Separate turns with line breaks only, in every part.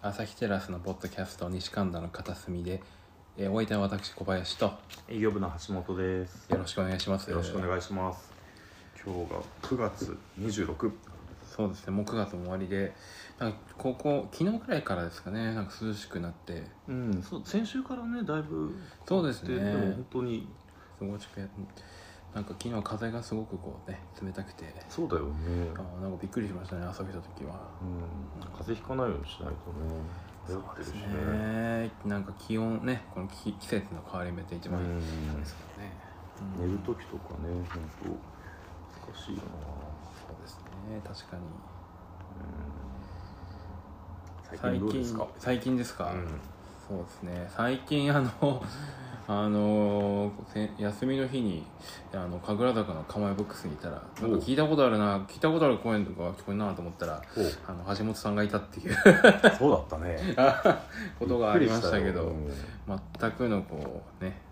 朝日テラスのポッドキャスト西神田の片隅で、えー、お相手は私小林と
営業部の橋本です。
よろしくお願いします
よろしくお願いします。今日が9月26。
そうですねもう9月も終わりでなんかここ昨日くらいからですかねなんか涼しくなって
うん、そう先週からねだいぶ
そうですね
でも本当に
過ごしくやなんか昨日風がすごくこうね冷たくて
そうだよね。
あーなんかびっくりしましたね朝起きた時は
うん、風邪ひかないようにしないとね。流行ってるしね。
なんか気温ねこの季季節の変わり目で一
う
番いい
ん
で、すからね、
寝
うん
る時とかね、本当難しいよ
そうですね確かに
な。うん、最近どうですか。
最近です
う
か、
ん、
そうですね最近あの あのせ休みの日にあの神楽坂の構えボックスにいたらなんか聞いたことあるな聞いたことある声とか聞こえるなと思ったら
お
あの橋本さんがいたって いう
そうだった ね。
ことがありましたけど
びっくりしたよ
全くのこうね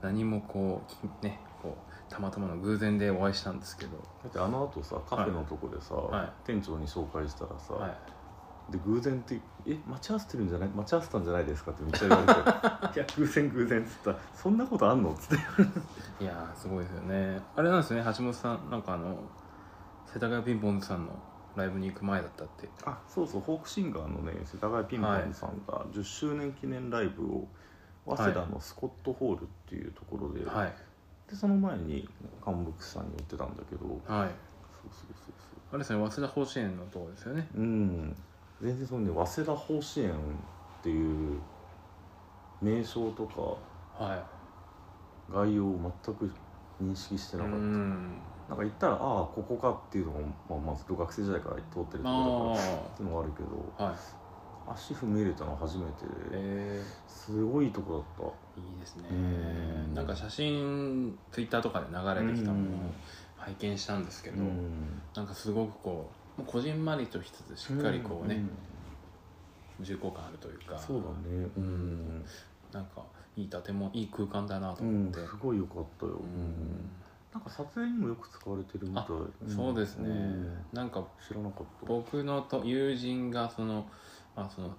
何もこうきねこうたまたまの偶然でお会いしたんですけど、
だってあの後さカフェのとこでさ、
はい
店長に紹介したらさ、
はい、
で偶然って「え待ち合わせてるんじゃない待ち合わせたんじゃないですか?」ってめっちゃ言わ れて「いや偶然偶然」っつったら「そんなことあんの?」っつって
いやーすごいですよねあれなんですね橋本さんなんかあの世田谷ピンポンズさんのライブに行く前だったって
あそうそうフォークシンガーのね世田谷ピンポンさんが10周年記念ライブを
い
早稲田のスコットホールっていうところで,、
はい
でその前に幹部さんに言ってたんだけどそう
はい
そうそうそ
あれですね、早稲田甲子園のとこですよね。
ううん全然そのね早稲田法支援っていう名称とか
は
概要を全く認識して
い。
なかった。
ん。
なんか行ったらああここかっていうのが、まあ、まず学生時代から通ってるところだから
あ
っていうのがあるけど
あ。はい。
足踏み入れたの初めてで、
え
すごいとこだっ
えいいですね
う。ん
なんか写真、ツイッターとかで流れてきたものを拝見したんですけ
た
ど、なんかすごくこう、もうこじんまりとしつつ、しっかりこうね、重厚感あるという
うん
か、
そうだね
う
うんん、
なんか、いい建物、いい空間だなと
う
思っ
ん、
て。
すごい良かったよ、う
うん
ん、なんか撮影にもよく使われてるみたい、ん
そうですね。
うん
なんか、
知らなかった
僕のと友人が、その、まあ、その、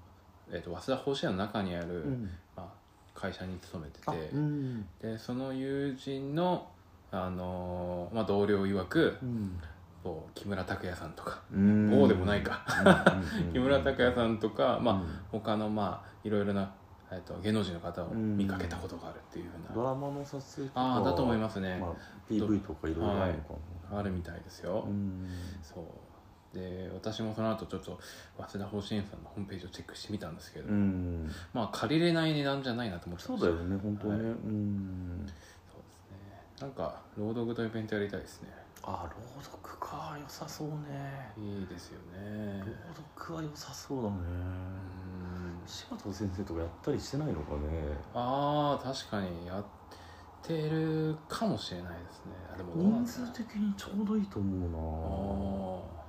えっ、と、早稲田甲子園の中にある、
うん
まあ、会社に勤めてて、
あうん
でその友人の、あのーまあ、同僚曰く
うん
こう木村拓哉さんとか
うん
某でもないか
うんうんうん
木村拓哉さんとか、
う
まあ、
ん
他の、まあ、いろいろな、えっと芸能人の方を
うん
見かけたことがあるっていうような、
ドラマの撮影とか
ああだと思いますね、
まあ、PV とかいろいろあるのか
あ、るみたいですよ
な、、うん
そうで私もその後ちょっと早稲田法支援さんのホームページをチェックしてみたんですけど、
うん
まあ借りれない値段じゃないなと思って
そ
ま
う
した
だよね本当ね、
はい
う
そう
ん
ですねなんか朗読とイベントやりたいですね
あ朗読か良さそうね
いいですよね
朗読は良さそうだね
うん
柴田先生とかやったりしてないのかね
ああ確かにやってるかもしれないですねあでもどうなん
人
ですか
数
ね
的にちょうどいいと
あ
思
ー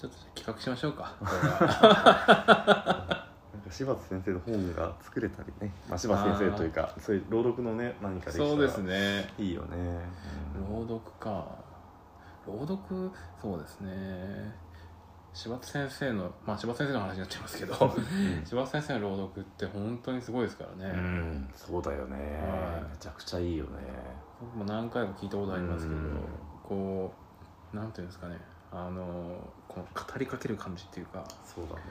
ちょっと企画しましょうか
うななんか柴田先生の本が作れたりね、まあ、柴田先生というかそういう朗読のね何かできたら
そうですね
いいよね、うん
朗読か朗読そうですね柴田先生のまあ柴田先生の話になっちゃいますけど柴田先生の朗読って本当にすごいですから
う
ね、
ん、そうだよね、
はい
めちゃくちゃいいよね
僕も何回も聞いたことありますけど、
うん
こうなんていうんですかねあのこの語りかける感じっていうか
そうだね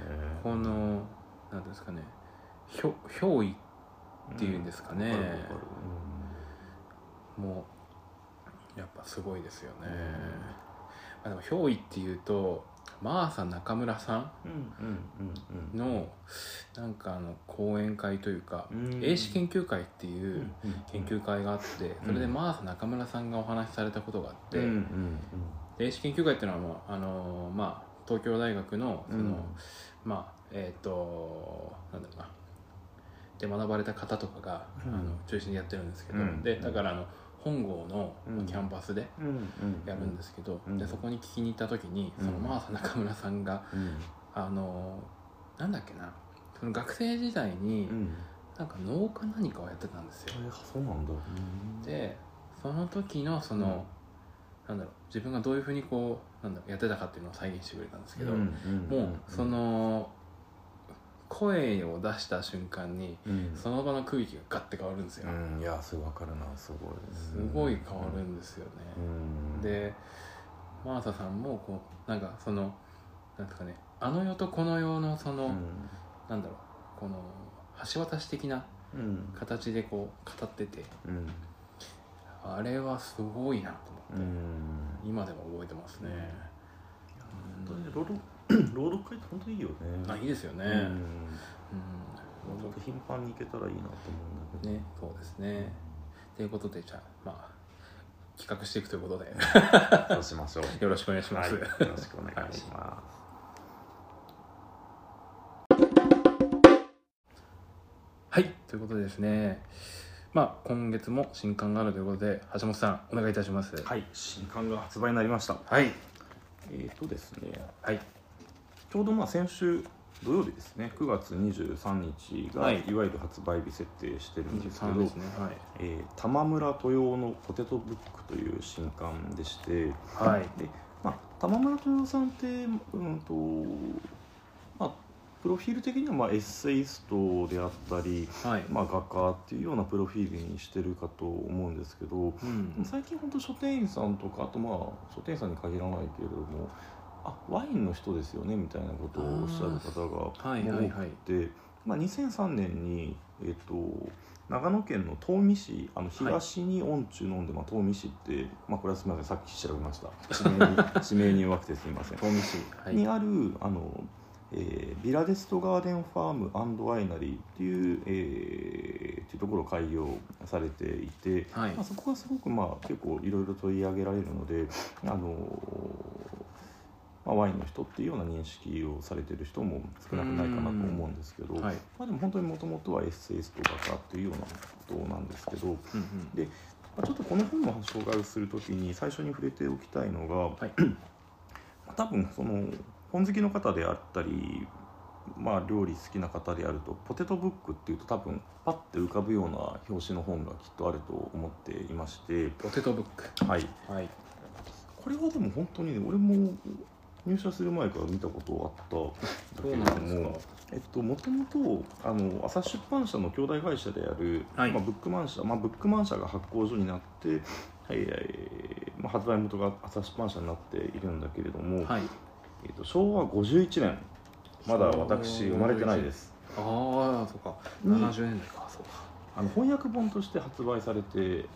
このなんていうんですかねひょ憑依っていうんですかね
わかるわかる
もやっぱすごいですよね、まあ、でも憑依っていうとマーサ中村さ
うんうんうん
んのなんかあの講演会というか、
うん
英史研究会っていううん
うん
研究会があって
ん
それでマーサ中村さんがお話しされたことがあって、
うんうん
英史研究会っていうのはもう、あのーまあ、東京大学の
う
そ
ん
の、まあえっ、となんだろうなで学ばれた方とかが、
うん
あの中心にやってるんですけど、
うん
でだからあの本郷の
うん
キャンパスで
うんうん
やるんですけど、
うん
でそこに聞きに行った時にその
うん
マーサ中村さんが
うん
あのなんだっけなその学生時代に
うん
なんか農家何かをやってたんですよ。
えそうなんだ
でその時のその、なんだろう自分がどういうふうにこうなんだろうやってたかっていうのを再現してくれたんですけど、
うんうん
もうその声を出した瞬間に
うん
その場の空気がガッて変わるんですよ、
うんいやすごいわかるなすごい
すごい変わるんですよね、
うん
でマーサさんもこうなんかそのなんですかねあの世とこの世のその、
うん
なんだろうこの橋渡し的な
うん
形でこう語ってて
うん
あれはすごいなと思って、
うん
今でも覚えてますね、
本当に朗読朗読会って本当にいいよね
あいいですよね、
う
うん
ん
朗
ちょっと
読
頻繁に行けたらいいなと思うんだけど
ねそうですねということでじゃあまあ企画していくということで
そうしましょう
よろしくお願いしま
はい
す、
よろしくお願いします
はい、ということでですね。まあ、今月も新刊があるということで、橋本さん、お願いいたします。
はい、新刊が発売になりました。
はい、
えっ、とですね、
はい、
ちょうどまあ先週土曜日ですね、9月23日が、
はい
い、わゆる発売日設定してるんですけど、
23ですね。はい、
えー玉村豊夫のポテトブックという新刊でして、
はい
でまあ、玉村豊夫さんって、うんとまあ、プロフィール的にはまあエッセイストであったり、
はい、
まあ、画家っていうようなプロフィールにしてるかと思うんですけど、
うん、
最近本当書店員さんとかあとまあ書店員さんに限らないけれどもあワインの人ですよねみたいなことをおっしゃる方が多くて、
はい、はい、はい、
まあ、2003年に、えっと長野県の東美市あの東に御中飲んで、まあ、東美市って、まあ、これはすみませんさっき調べました地名に地名に弱くてすみません、
東美市、はい、
にあるあの、えービラデストガーデンファームワイナリーっていう、えーっていうところを開業されていて、
はい
まあ、、そこがすごくまあ結構いろいろ取り上げられるので、あのーまあ、ワインの人っていうような認識をされてる人も少なくないかなと思うんですけど、
はい、
まあ、でも本当にもともとはエッセイスト画家っていうようなことなんですけど、ま
うん、
あ、ちょっとこの本の紹介をするときに最初に触れておきたいのが、
はい
まあ多分その本好きの方であったり、まあ、料理好きな方であるとポテトブックっていうと多分パッて浮かぶような表紙の本がきっとあると思っていまして。
ポテトブック。
はい、
はい、
これはでも本当にね俺も入社する前から見たことあった
そう
だ
な
け
んで
れ
す
ど
か
も。えっともともとあの朝日出版社の兄弟会社である、
はい
まあ、ブックマン社、まあ、ブックマン社が発行所になって、はいえーまあ、発売元が朝日出版社になっているんだけれども、
はい、
えっと昭和51年まだ私生まれてないです
ああ、そうか、
に
70年代か、そう
あの翻訳本として発売されている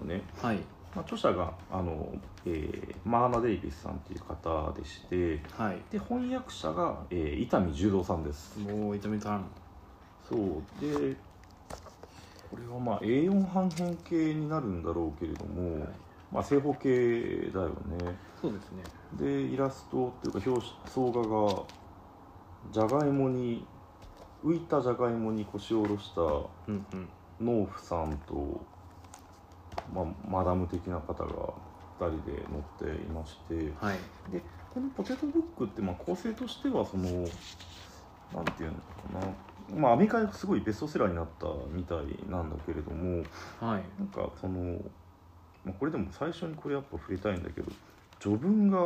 のね、
か。はい、
まあ、著者があの、えーマーナ・デイビスさんという方でして
はい、
で翻訳者が、えー伊丹十三さんです
もう、痛みたん。
そうでこれはまあ A4 半変形になるんだろうけれども、
はい
まあ、正方形だよね
そうですね。
でイラストっていうか表紙総画がじゃがいもに浮いたじゃがいもに腰を下ろした
うん、うん、
農夫さんと、まあ、マダム的な方が2人で乗っていまして、
はい、
でこのポテトブックってまあ構成としてはそのなんていうのかなまあアメリカですごいベストセラーになったみたいなんだけれども
はい、
なんかその、まあ、これでも最初にこれやっぱ触れたいんだけど序文が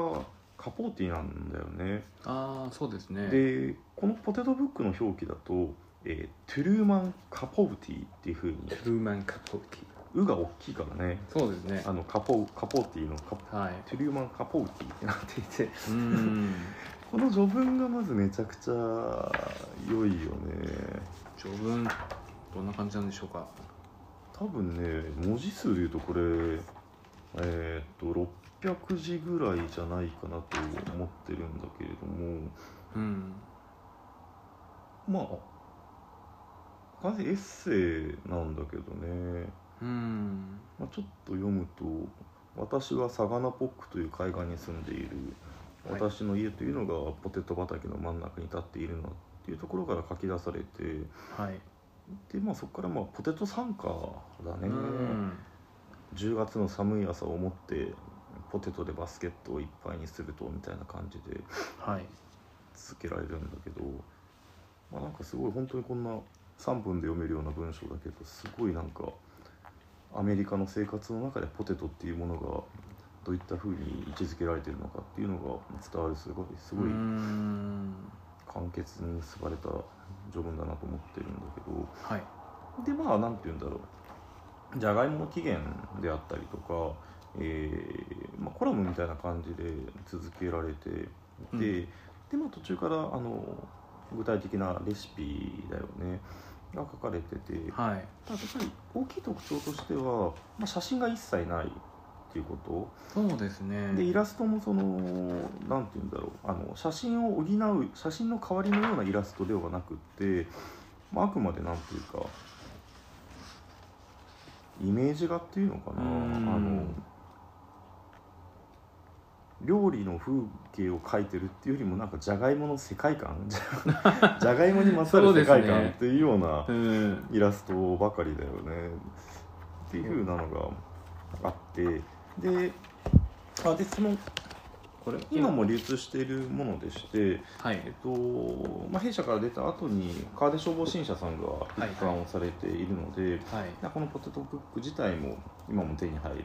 カポーティなんだよね、
ああ、そうですね。
でこのポテトブックの表記だと、えートゥルーマン・カポーティっていうふうに
トゥルーマンカポーティ。
「う」が大きいからね
そうですね
あ。のカポカポーティのカポ
はい。
トゥルーマン・カポーティってなっていて
うーん。
この序文がまずめちゃくちゃ良いよね
序文どんな感じなんでしょうか
多分ね文字数でいうとこれえーっと600字ぐらいじゃないかなと思ってるんだけれども
うん
まあ完全にエッセイなんだけどね、
うん
まあ、ちょっと読むと「私はサガナポックという海岸に住んで
は
いる」
い
私の家というのがポテト畑の真ん中に立っているの」っていうところから書き出されて
はい
でまあそこからまあポテト参加だ
う
ね、
ん
10月の寒い朝をもってポテトでバスケットをいっぱいにするとみたいな感じで
はい
続けられるんだけどまあなんかすごい本当にこんな3分で読めるような文章だけどすごいなんかアメリカの生活の中でポテトっていうものがどういった風に位置づけられてるのかっていうのが伝わるすごいすごい
うん
簡潔に結ばれた序文だなと思ってるんだけど
はい
でまあ何て言うんだろうじゃがいもの起源であったりとか、えーまあ、コラムみたいな感じで続けられてで,、
うん
でまあ、途中からあの具体的なレシピだよねが書かれてて、
はい
ただやっぱり大きい特徴としては、まあ、写真が一切ないっていうこと
そうですね
でイラストもその何て言うんだろうあの写真を補う写真の代わりのようなイラストではなくって、まあ、あくまで何ていうかイメージ画っていうのかな
う
あ
ん
の料理の風景を描いてるっていうよりもなんかじゃがいもの世界観 じゃじゃがいもにまつわる世界
そうです
観
ね
っていうような
うん
イラストばかりだよねっていうなのがあってであでその
これ
今も流通しているものでして、
はい
えっとまあ、弊社から出た後に川出消防新社さんが
いはい
一貫をされているので、
はい
まあこのポテトブック自体も今も手に入る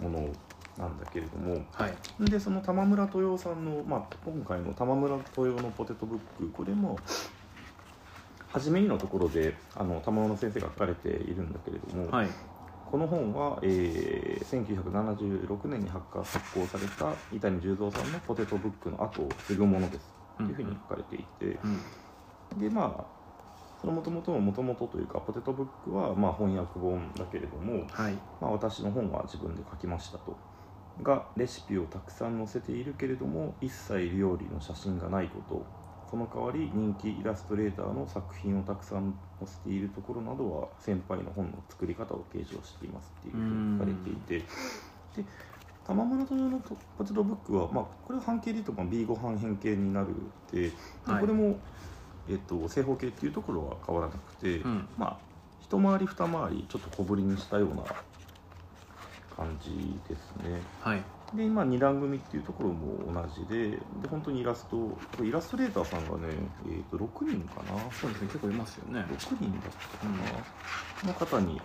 うん
ものなんだけれども
はい
でその玉村豊さんの、まあ、今回の玉村豊のポテトブックこれも初めにのところであの玉村先生が書かれているんだけれども、
はい
この本は、えー1976年に発刊発行された伊谷十三さんのポテトブックの後を継ぐものですというふうに書かれていて、
うん
でまあそのもともとのもともとというかポテトブックはまあ翻訳本だけれども、
はい
まあ、私の本は自分で書きましたとがレシピをたくさん載せているけれども一切料理の写真がないことその代わり人気イラストレーターの作品をたくさん載せているところなどは先輩の本の作り方を継承していますっていうふうに書かれていてで玉村豊のとポテトブックは、まあ、これは半径で言うとまあ B ご飯変形になるでで
はい
これも、えっと、正方形っていうところは変わらなくて、
うん
まあ一回り二回りちょっと小ぶりにしたような感じですね
はい
で今二段組っていうところも同じでで本当にイラストこれイラストレーターさんがね、えー、と6人かな
そうですね結構いますよね
6人だったかなの方に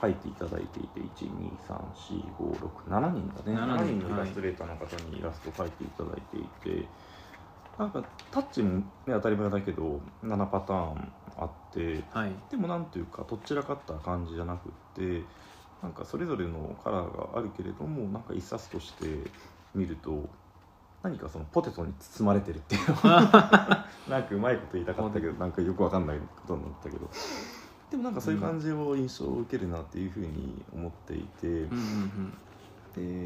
書いていただいていて1234567人だね
7人
7人のイラストレーターの方にイラスト書いていただいていてなんかタッチも、ね、当たり前だけど7パターンあって
はい
でもなんていうかどっちらかった感じじゃなくってなんかそれぞれのカラーがあるけれどもなんか一冊として見ると何かそのポテトに包まれてるっていう なんかうまいこと言いたかったけどなんかよくわかんないことになったけどでもなんかそういう感じを印象を受けるなっていうふうに思っていて、
うんうん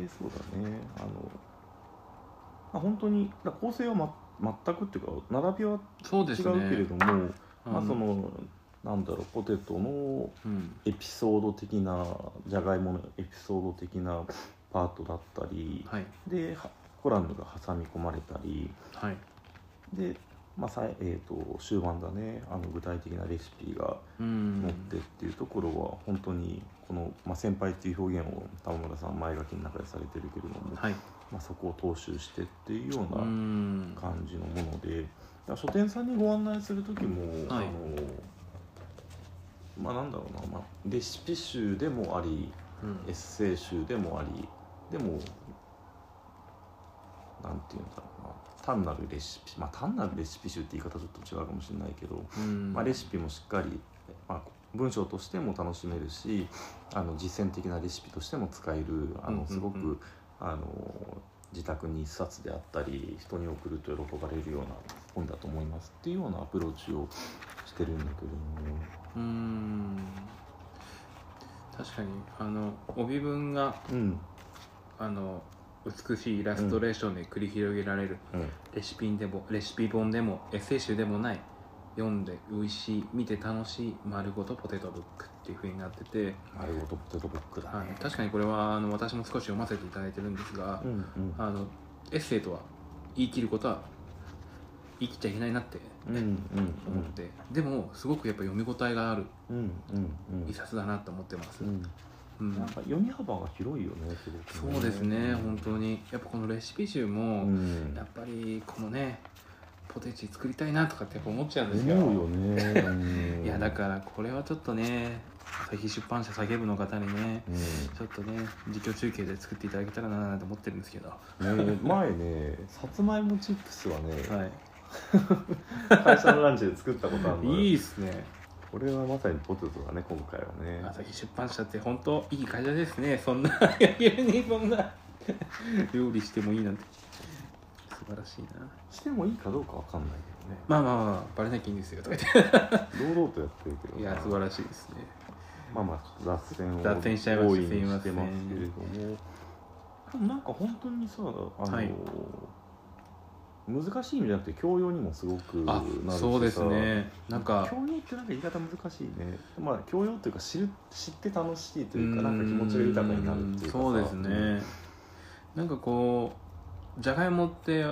でそうだねあの、まあ、本当にだから構成は、ま、全くっていうか並びは
うんそうです
違
ね
うけれども、まあ
の
そのなんだろうポテトの
うん
エピソード的なじゃがいものエピソード的なパートだったり
はい
ではコラムが挟み込まれたり
はい
で、まあさいえー、と終盤だねあの具体的なレシピが
うん
載ってっていうところは本当にこの、まあ、先輩っていう表現を玉村さん前書きの中でされてるけれども、
はい
まあ、そこを踏襲してっていうよう
う
な。
ん
感じのものでだから書店さんにご案内する時も、
はい
あのまあなんだろうな、まあ、レシピ集でもあり
うん
エッセイ集でもありでもなんていうんだろうな単なるレシピまあ単なるレシピ集って言い方ちょっと違うかもしれないけど、
うん
まあ、レシピもしっかり、まあ、文章としても楽しめるしあの実践的なレシピとしても使えるあ
うんうんうん
のすごく、あの自宅に一冊であったり人に送ると喜ばれるような本だと思いますっていうようなアプローチをしてるんだけれども。
うーん確かにあの帯文が
うん
あの美しいイラストレーションで繰り広げられる、
うん
レシピでもレシピ本でもエッセイ集でもない読んで美味しい見て楽しい丸ごとポテトブックっていう風になってて、
丸ごとポテトブックだね、
はい、確かにこれはあの私も少し読ませていただいてるんですが、
うんうん
あのエッセイとは言い切ることは言い切っちゃいけないなって
うんうん
思って、でもすごくやっぱ読み応えがある
うんうんうんうん
一冊だなと思ってます、
うん
うん
なんか読み幅が広いよねすごく
そうですね、本
に
当にやっぱこのレシピ集
う
も、
ん
やっぱりこのねポテチ作りたいなとかってやっぱ思っちゃうんですよ
思うよね、う ん
いやだからこれはちょっとね朝日出版社叫ぶの方にね
うん
ちょっとね実況中継で作っていただけたらなと思ってるんですけどは
ね前ねさつまいもチップスはね、
い
会社のランチで作ったことあるのよ
いいっすね
これはまさにポテトだね今回はね
朝日出版社って本当いい会社ですねそんな逆にそんな料理してもいいなんて素晴らしいな
してもいいかどうかわかんないけどね
まあまあまあバレなきゃいいんですよとか言っ
堂々とやってるけど
て
ね
いや素晴らしいですね
まあまあ脱線を
脱線しちゃいました
大に
すいま
して
せん
ますけれどもでもなんか本当にさあの、
はい
難しい意味じゃなくて教養にもすごくな
あ
るしさ
そうですねなんか
教養ってなんか言い方難しいねまあ教養っていうか知る知って楽しいというかなんか気持ちが豊かになるっていうかさ
そうですねなんかこうじゃがいもって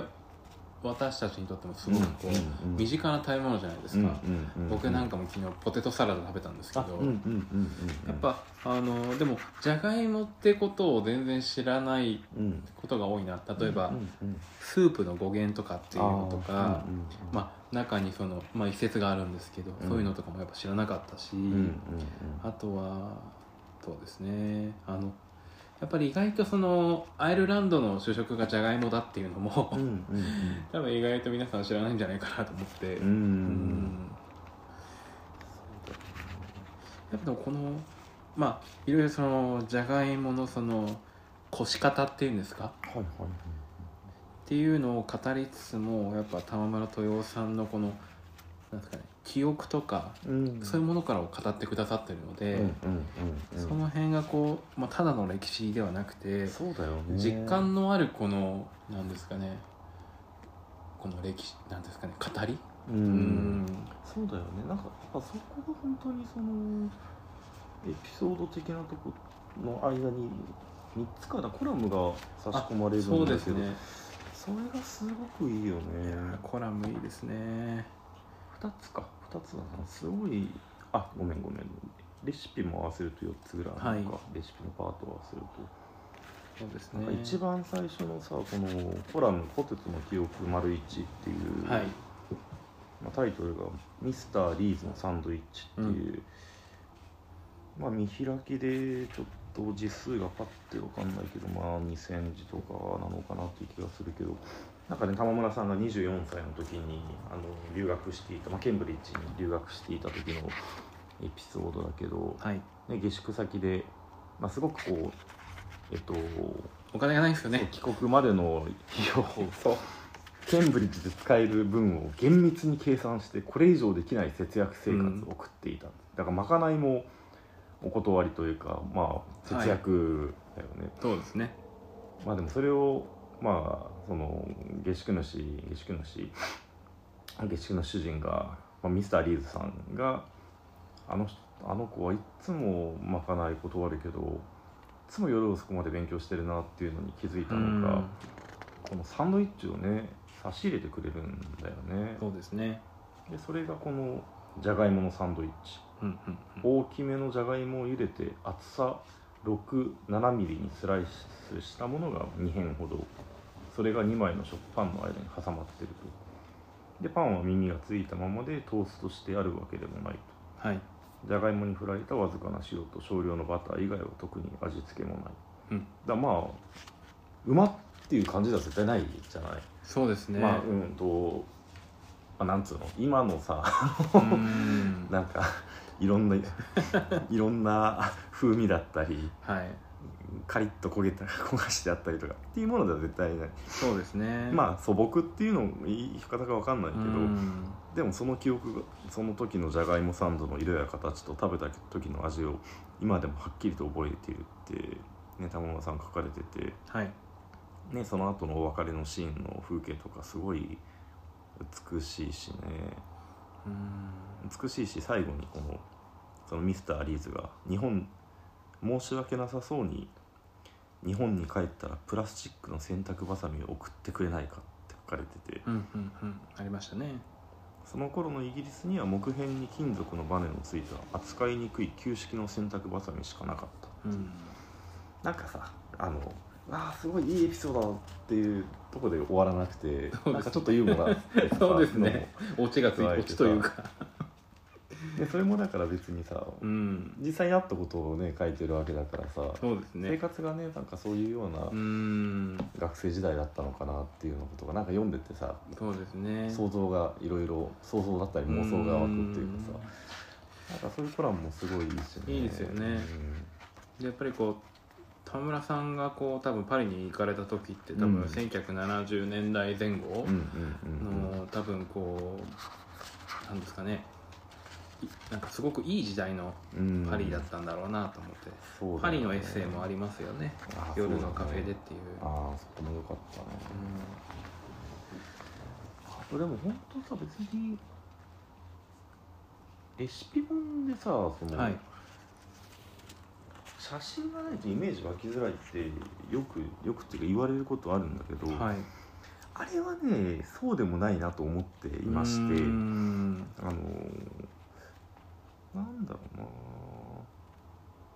私たちにとってもすごくこう、
うんうん
身近な食べ物じゃないですか、
うんうんうん
僕なんかも昨日ポテトサラダ食べたんですけ
あ
ど、
うんうんうんうんうん
やっぱあのでもじゃがいもってことを全然知らない
うん
ことが多いな例えば、
うんうん
スープの語源とかっていうのとか
あーうんうんうん
まあ、中にその、まあ、一節があるんですけど、
うん
そういうのとかもやっぱ知らなかったし、
うんうんうん
あとはそうですねあのやっぱり意外とそのアイルランドの主食がじゃがいもだっていうのも、
うんうん
多分意外と皆さん知らないんじゃないかなと思って、
うんうんうん
やっぱでもこのまあいろいろそのじゃがいものそのこし方っていうんですか
はいはいはい
っていうのを語りつつもやっぱ玉村豊雄さんのこのなんですかね記憶とか
うん
そういうものからを語ってくださってるので、
うんうんうん
その辺がこう、まあ、ただの歴史ではなくて
そうだよね
実感のあるこのなんですかねこの歴史なんですかね語り
う
うんん
そうだよねなんかやっぱそこが本当にそのエピソード的なとこの間に3つかなコラムが差し込まれるんだけど
そうですね
それがすごくいいよね
いやーコラムいいですね
2つか2つだなすごいあごめんごめんレシピも合わせると4つぐらいあるのか、
は
レシピのパートを合わせると
そうです
なん
ね
か一番最初のさこのコラム「ポテトの記憶丸一っていう、
はい
まあ、タイトルが「ミスター・リーズのサンドイッチ」っていう、まあ見開きでちょっと字数がパッてわかんないけどまあ2000字とかなのかなっていう気がするけどなんかね玉村さんが24歳の時にあの留学していた、まあ、ケンブリッジに留学していた時のエピソードだけど、
はい
ね、下宿先で、まあ、すごくこうえっと
お金がないですよね
帰国までの費用をケンブリッジで使える分を厳密に計算してこれ以上できない節約生活を送っていた、だからまかないもお断りというかまあ節約だよね、
そうですね
まあでもそれをまあその下宿主下宿主下宿の主人が、まあ、ミスターリーズさんがあの人あの子はいっつもまかない断るけどいつも夜遅くまで勉強してるなっていうのに気づいた
う
のか、
ん
このサンドイッチをね差し入れてくれるんだよね
そうですね
でそれがこのじゃがいものサンドイッチ
うんうんうん
大きめのじゃがいもを茹でて厚さ67ミリにスライスしたものが2片ほどそれが2枚の食パンの間に挟まってるとでパンは耳がついたままでトーストしてあるわけでもないと
はい
じゃがいもに振られたわずかな塩と少量のバター以外は特に味付けもない、
うん
だまあうまっていう感じでは絶対ないじゃない
そうですね
まあうんと、まあ、なんつうの今のさ
うん
なんかいろんな いろんな風味だったり
はい
カリッと焦げた 焦がしてあったりとかっていうものでは絶対ない、
そうですねあ
まあ素朴っていうのも言い方がわかんないけど、
うん
でもその記憶がその時のじゃがいもサンドの色や形と食べた時の味を今でもはっきりと覚えているってね玉川さん書かれてて。
はい
ね、その後のお別れのシーンの風景とかすごい美しいしね
うん
美しいし最後にこのそのミスター・リーズが日本申し訳なさそうに日本に帰ったらプラスチックの洗濯ばさみを送ってくれないかって書かれてて
うんうんうんありましたね
その頃のイギリスには木片に金属のバネのついた扱いにくい旧式の洗濯ばさみしかなかった
うん
なんかさあのわあすごいいいエピソードだっていうとこで終わらなく て、なんかちょっとユーモラス
そうですね
のも
オチがつい
加え
てオ
て
チというか
でそれもだから別にさ
うん
実際にあったことをね書いてるわけだからさ、
そうです
生
ね
活がねなんかそういうような
うん
学生時代だったのかなっていうようなことがなんか読んでてさ
そうですね
想像がいろいろ想像だったり妄想が湧くっていうかさなんかそういうコラムもすごいいいしね
いいですよねでやっぱりこう田村さんがこう多分パリに行かれた時って多
う
分
ん
1970年代前後
うんうんうんうんうん
の多分こうなんですかねいなんかすごくいい時代の
うん
パリだったんだろうなと思って、
そうだ
パ
よね
リのエッセイもありますよね
あ
夜のカフェでっていう
ああそこも良かったねあとでも本当さ別にレシピ本でさそ
うん
の、
はい
写真がないとイメージ湧きづらいってよくよくっていうか言われることあるんだけど、
はい
あれはねそうでもないなと思っていまし
う
て
ーん
あのーなんだろうな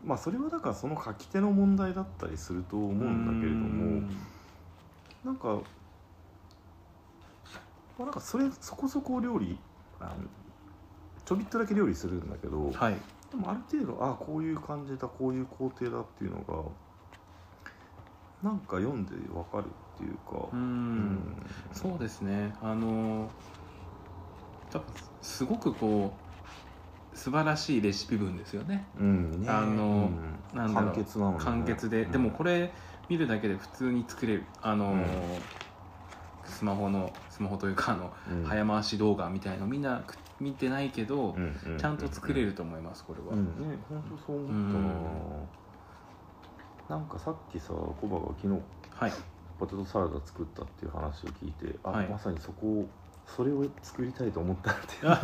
まあそれはだからその書き手の問題だったりすると思うんだけれどもなんか、まあ、なんかそれそこそこ料理あのちょびっとだけ料理するんだけど、
うーんはい
でもある程度ああこういう感じだこういう工程だっていうのがなんか読んでわかるっていうか
うー、
うんん
そうですねあの多分すごくこう素晴らしいレシピ文ですよね
うんね
あの
うん
なんだろう
簡潔なのね
簡潔で、
うん
でもこれ見るだけで普通に作れるあの、
うん
スマホのスマホというかあの、
うん
早回し動画みたいのみんなく見てないけど、
うんうん
ちゃんと作れると思いますこれは、
うんね本当そう思ったななんかさっきさコバが昨日
はい
ポテトサラダ作ったっていう話を聞いてあ、
はい
まさにそこをそれを作りたいと思ったって いう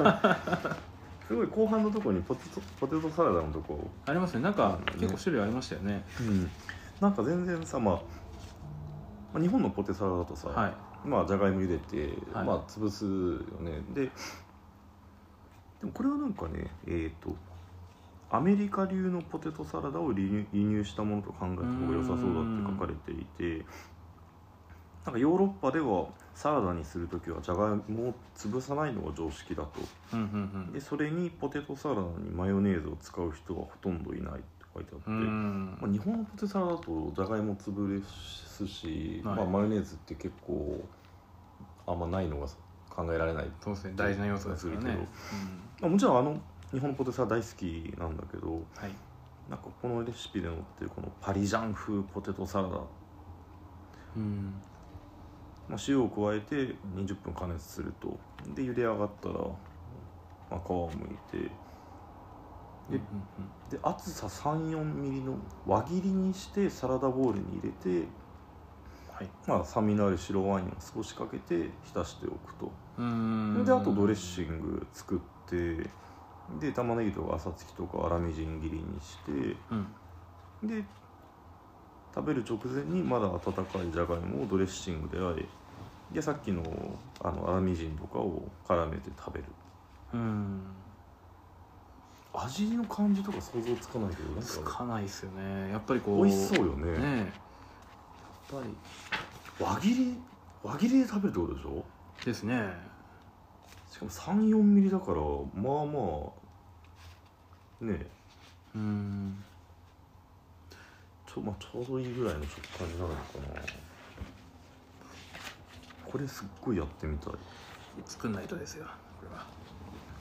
すごい後半のとこにポテトポテトサラダのとこ、
ありますねなんか、
うん
結構種類ありましたよね
うん、なんか全然さまあまあ日本のポテサラだとさ、
はい
まあじゃがいも茹でて、
はい
まあ潰すよねででもこれはなんかねえっ、とアメリカ流のポテトサラダを輸入輸入したものと考えた方が良さそうだって書かれていてなんかヨーロッパではサラダにする時はじゃがいもを潰さないのが常識だと
うんうん
でそれにポテトサラダにマヨネーズを使う人はほとんどいないって書いてあって、
うんうん
まあ、日本のポテサラだとじゃがいも潰れすし、
はい
まあ、マヨネーズって結構あんまないのが考えられない、
そうですね大事な要素ですからね、
す
う
るけ
ん
まあ、もちろんあの日本のポテサラ大好きなんだけど
はい
なんかこのレシピで載ってるこのパリジャン風ポテトサラダ、ま
うん
あ、塩を加えて20分加熱するとで茹で上がったら、まあ、皮をむいて
うんうん
で厚さ3 4ミリの輪切りにしてサラダボウルに入れて
はい
まあ、酸味のある白ワインを少しかけて浸しておくと
うん
であとドレッシング作ってで玉ねぎとか浅漬きとか粗みじん切りにして
うん
で食べる直前にまだ温かいじゃがいもをドレッシングであえでさっきのあの粗みじんとかを絡めて食べる
うん
味の感じとか想像つかないけど
つ
なんか
かないですよねやっぱりこう
美味しそうよね
ねえやっぱり
輪切り輪切りで食べるってことでしょ
ですね
しかも3 4ミリだからまあまあねえ
うん
ちょ,、まあ、ちょうどいいぐらいの食感になるのかなこれすっごいやってみたい
作んないとですよこれは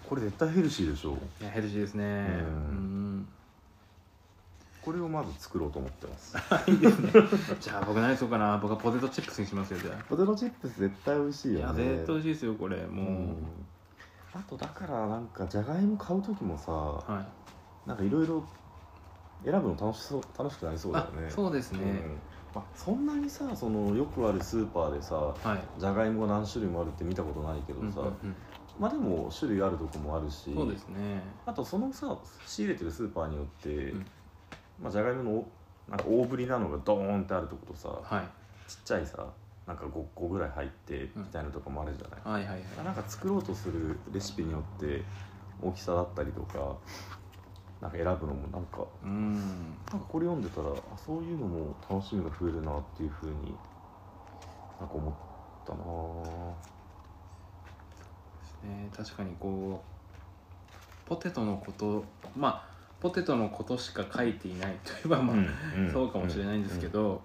これ絶対ヘルシーでしょ
いやヘルシーですね
んこれをまず作ろうと思ってます
うんいいですねじゃあ僕何にしようかな僕はポテトチップスにしますよじゃあ
ポテトチップス絶対美味しい
いや絶対美味しいですよこれ
う
もう、
んあとだからなんかじゃがいも買う時もさ
はい
なんかいろいろ選ぶの楽しそう楽しくなりそうだよ
あ
ねう
そうですね、
んまあ、そんなにさそのよくあるスーパーでさ
はい
じゃがいもが何種類もあるって見たことないけどさ、
うん
まあでも種類あるとこもあるし
そうですね
あとそのさ仕入れてるスーパーによって、
ん
まあ、じゃがいものなんか大ぶりなのがドーンってあるとことさ
はい
ちっちゃいさなんか5個ぐらい入って
うん
みたいなとこもあるじゃな
は
い、
いはいはい
なんか作ろうとするレシピによって大きさだったりとかなんか選ぶのもなんか
うん
なんかこれ読んでたらあそういうのも楽しみが増えるなっていうふうになんか思ったなぁ
ね確かにこうポテトのことまあポテトのことしか書いていないといえば、まあ そうかもしれないんですけ、ど、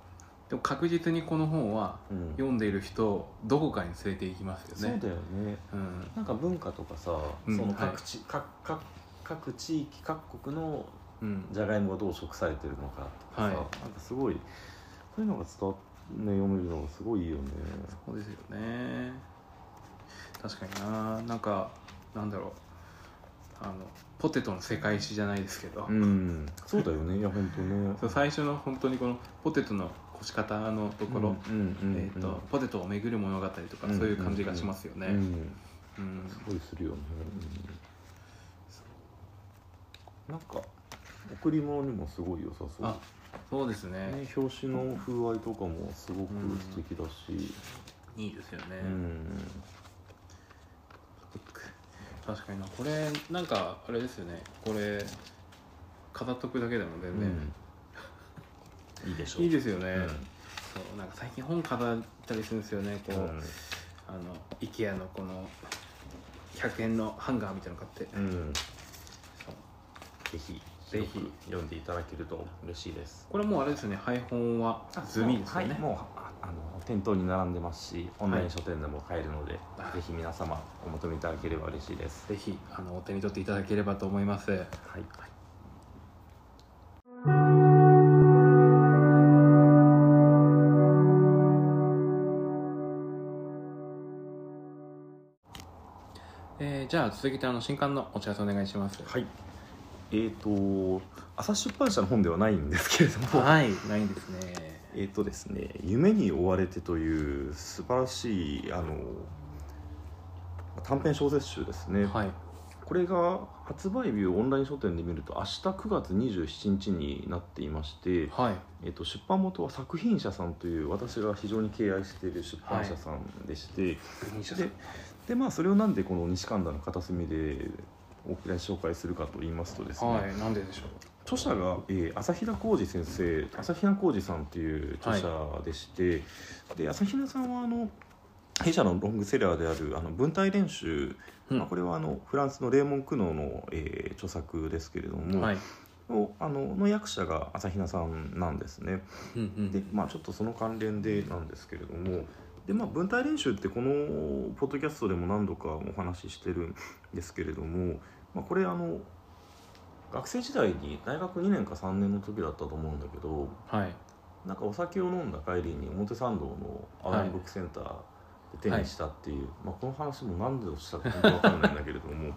でも確実にこの本は
うんうん
読んでいる人をどこかに連れて行きますよ
そう
ね。
だよね
うん
なんか文化とかさ、
うん
その
は
各
い
地、各各各地域各国の
うん
じゃがいもがどう食されてるのかとかさ、
はい
なんかすごいそういうのが伝わって、ね、読めるのがすごいいいよね
そうですよね確かにななんかなんだろうあのポテトの世界史じゃないですけど、
うんそうだよねいや本当ね
そう最初の本当にこのポテトのこし方のところ、
うんうんうん
えーとポテトを巡る物語とか、
うん
そういう感じがしますよね。
うん
うん
すごいするよね、うん、なんか贈り物にもすごい良さそう
あそうですね
ね、表紙の風合いとかもすごく素敵だし、
いいですよね、
うん
確かになこれなんかあれですよねこれ飾っとくだけでも全然、
いいでし
いいですよね、
うん
そうなんか最近本飾ったりするんですよねこう、
うん
あの IKEA のこの100円のハンガーみたいなの買って、
うん、ぜ
そう
ひ
ぜひ
広く読んでいただけると嬉しいです
これもうあれですよね配本は済みですよね、
はい、もうああの店頭に並んでますしオンライン書店でも買えるので、
はい
ぜひ皆様お求めいただければ嬉しいです
ぜひあのお手に取っていただければと思います
はい、
えーじゃあ続けてあの新刊のお知らせお願いします
はい、えっ、と朝日出版社の本ではないんですけれども
はいないんですね
えっ、とですね「夢に追われて」という素晴らしいあの短編小説集ですね、
はい
これが発売日をオンライン書店で見ると明日9月27日になっていまして、
はい
えっと、出版元は作品社さんという私が非常に敬愛している出版社さんでして、ででまあそれをなんでこの西神田の片隅でおき紹介するかと言いますとですね、
はいなんででしょ
著者が、えー朝比奈浩二先生朝比奈浩二さんという著者でして、で朝比奈さんはあの弊社のロングセラーである「あの文体練習」
う、うん
まあ、これはあのフランスのレーモン・クノーの、えー著作ですけれども、
はい、
をあのの役者が朝比奈さんなんですね。
うんうん、
でまあちょっとその関連でなんですけれどもで、まあ、文体練習ってこのポッドキャストでも何度かお話ししてるんですけれども、まあ、これあの学生時代に大学2年か3年の時だったと思うんだけど
はい
なんかお酒を飲んだ帰りに表参道のアウンブックセンターで手にしたっていう、まあ、この話も何でしたか本当わかんないんだけれど も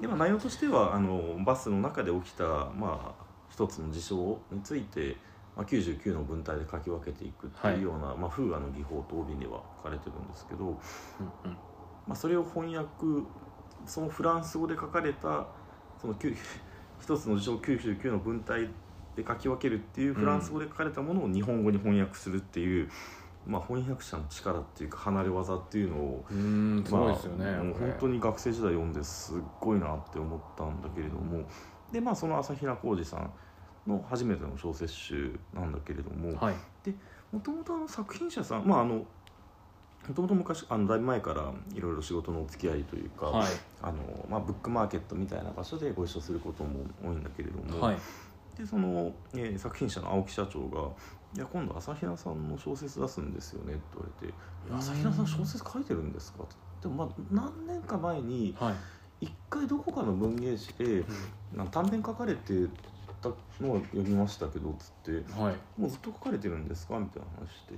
でも内容としてはあのバスの中で起きた、まあ、一つの事象について、まあ、99の文体で書き分けていくっていうような、まあ、風雅の技法と帯には書かれてるんですけど、
うんうん
まあ、それを翻訳そのフランス語で書かれたその9 一つの事象99の文体で書き分けるっていうフランス語で書かれたものを日本語に翻訳するっていう、まあ、翻訳者の力っていうか離れ技っていうのを
うーんすごいですよね、
まあもう
これ
本当に学生時代読んですっごいなって思ったんだけれどもでまあその朝比奈浩二さんの初めての小説集なんだけれども、
はい
もともとあの作品者さんまああのもともと昔あのだいぶ前からいろいろ仕事のお付き合いというか、
はい
あのまあ、ブックマーケットみたいな場所でご一緒することも多いんだけれども、
はい
でその、えー作品者の青木社長が「いや今度朝比奈さんの小説出すんですよね」って言われて「いや朝比奈さん小説書いてるんですか?」ってでもまあ何年か前に
はい、
一回どこかの文芸誌でなんか短編書かれてたのを読みましたけどつって
うん、はい
「もうずっと書かれてるんですか?」みたいな話して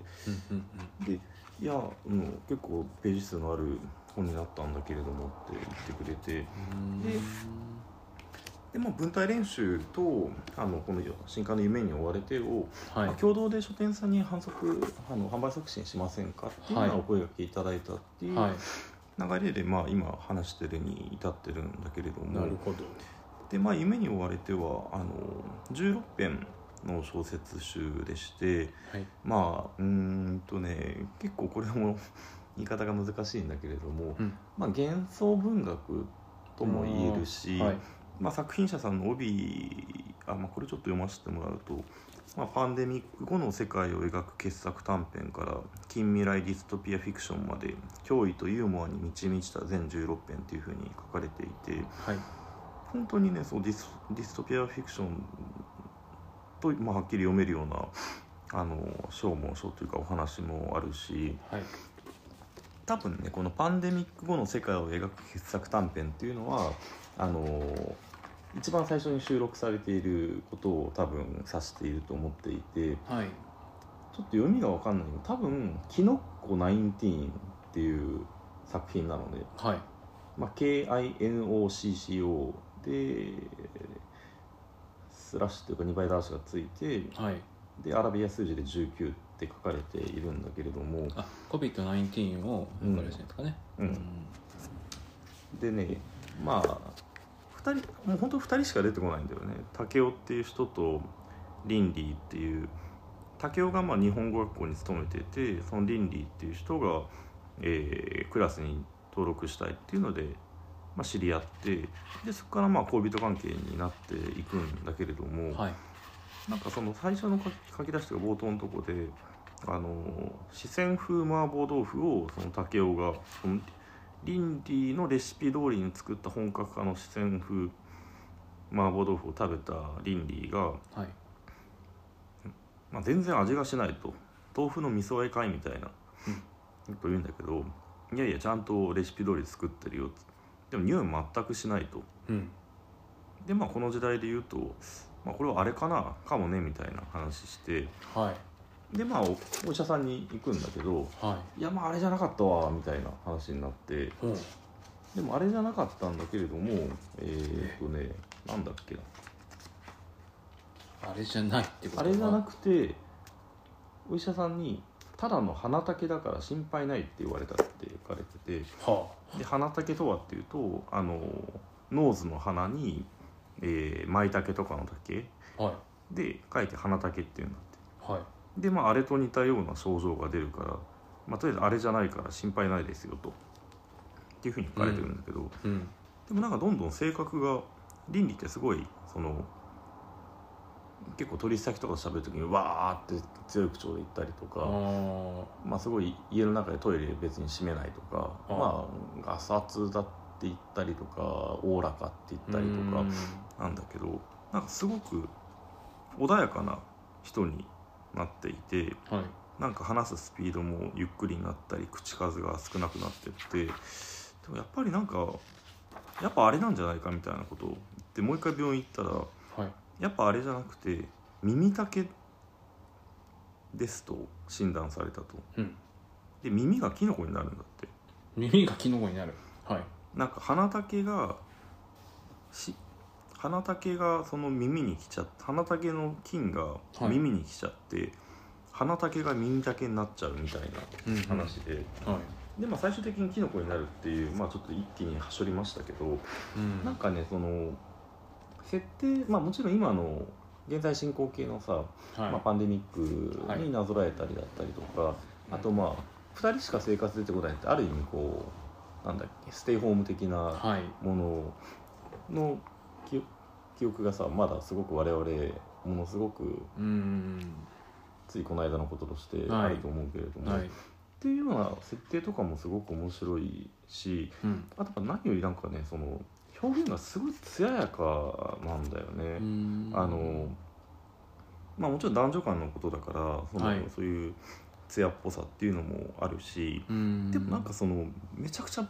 うんうんうん
でいやうん結構ページ数のある本になったんだけれどもって言ってくれてでで、まあ、文体練習とあのこの新刊の「夢に追われてを」
はい
まあ共同で書店さんに販促あの販売促進しませんかっていうような
はい
お声がけいただいたっていう
はい
流れで、まあ、今話してるに至ってるんだけれども
なるほど
で、まあ、夢に追われてはあの16編の小説集でして。
はい
まあうーんとね結構これも言い方が難しいんだけれども、
うん
まあ、幻想文学とも言えるし、
はい
まあ、作品者さんの帯あ、まあ、これちょっと読ませてもらうと、まあ、パンデミック後の世界を描く傑作短編から近未来ディストピアフィクションまで脅威とユーモアに満ち満ちた全16編というふうに書かれていて
はい
本当にねそうディスディストピアフィクションと、まあ、はっきり読めるようなあの章も章というかお話もあるし
はい
多分ねこのパンデミック後の世界を描く傑作短編っていうのはあの一番最初に収録されていることを多分指していると思っていてち
はい
ょっと読みが分かんないけど多分「キノッコ19」っていう作品なので
はい
まあ、KINOCCO でスラッシュというか2倍ダッシュがついて
はい
でアラビア数字で19って書かれているんだけれども
あ COVID-19 を分かりやすいですかね
うんでねまあ2人もう本当二2人しか出てこないんだよね武雄っていう人とリンリーっていう武雄がまあ日本語学校に勤めててそのリンリーっていう人が、えークラスに登録したいっていうので、まあ、知り合ってでそこからまあ恋人関係になっていくんだけれども、
はい
なんかその最初の書き書き出しというか冒頭のとこであの四川風麻婆豆腐をその竹雄がそのリンリーのレシピ通りに作った本格派の四川風麻婆豆腐を食べたリンリーが、
はい
まあ、全然味がしないと豆腐の味噌和えかいみたいな こと言うんだけどいやいやちゃんとレシピ通り作ってるよでも匂い全くしないと
うん
でまあこの時代で言うと、まあ、これはあれかなかもねみたいな話して。
はい
でまあおお医者さんに行くんだけど
はい
「いやまああれじゃなかったわ」みたいな話になって
ほう
でもあれじゃなかったんだけれどもえー、っとねなんだっけな
あれじゃないってこと
あれじゃなくてお医者さんに「ただの花竹だから心配ない」って言われたって書かれてて
は
で花竹とはっていうとあのノーズの花に、えー、舞茸とかの竹
あはい
で書いて花竹っていうんだって
はい
でまああれと似たような症状が出るから、まあ、とりあえずあれじゃないから心配ないですよとっていうふうに書かれてるんだけど、
うん
でもなんかどんどん性格が倫理ってすごいその結構取引先とかと喋る時にわーって強い口調で言ったりと
あ
か、
ー
まあ、すごい家の中でトイレ別に閉めないとか
あー
まあガサツだって言ったりとかおおらかって言ったりとか
うん
なんだけどなんかすごく穏やかな人になっていて。
はい
なんか話すスピードもゆっくりになったり口数が少なくなってってでもやっぱりなんかやっぱあれなんじゃないかみたいなことを言ってもう一回病院行ったら
はい
やっぱあれじゃなくて耳だけですと診断されたと
うん
で耳がキノコになるんだって
耳がキノコになるはい
なんか鼻竹がし鼻竹がその耳に来ちゃって鼻竹の菌が耳に来ちゃって、鼻竹が耳だけになっちゃうみたい
うん
な話で。
はい
でまあ、最終的にキノコになるっていう、まあ、ちょっと一気にはしょりましたけど
うん
なんかねその設定、まあ、もちろん今の現在進行形のさ、
はい
まあ、パンデミックになぞらえたりだったりとか、あとまあ2人しか生活出てこないってある意味こうなんだっけステイホーム的な
はい
ものの記記憶がさまだすごく我々ものすごく
うん
ついこの間のこととして
はい
あると思うけれども、
は
っ
い
ていうような設定とかもすごく面白いし。
うん
あと何よりなんかねその表現がすごい艶やかなんだよ
う
ね、
ん
あのまあもちろん男女間のことだからその、
はい
そういう艶っぽさっていうのもあるし
うん
でもなんかそのめちゃくちゃ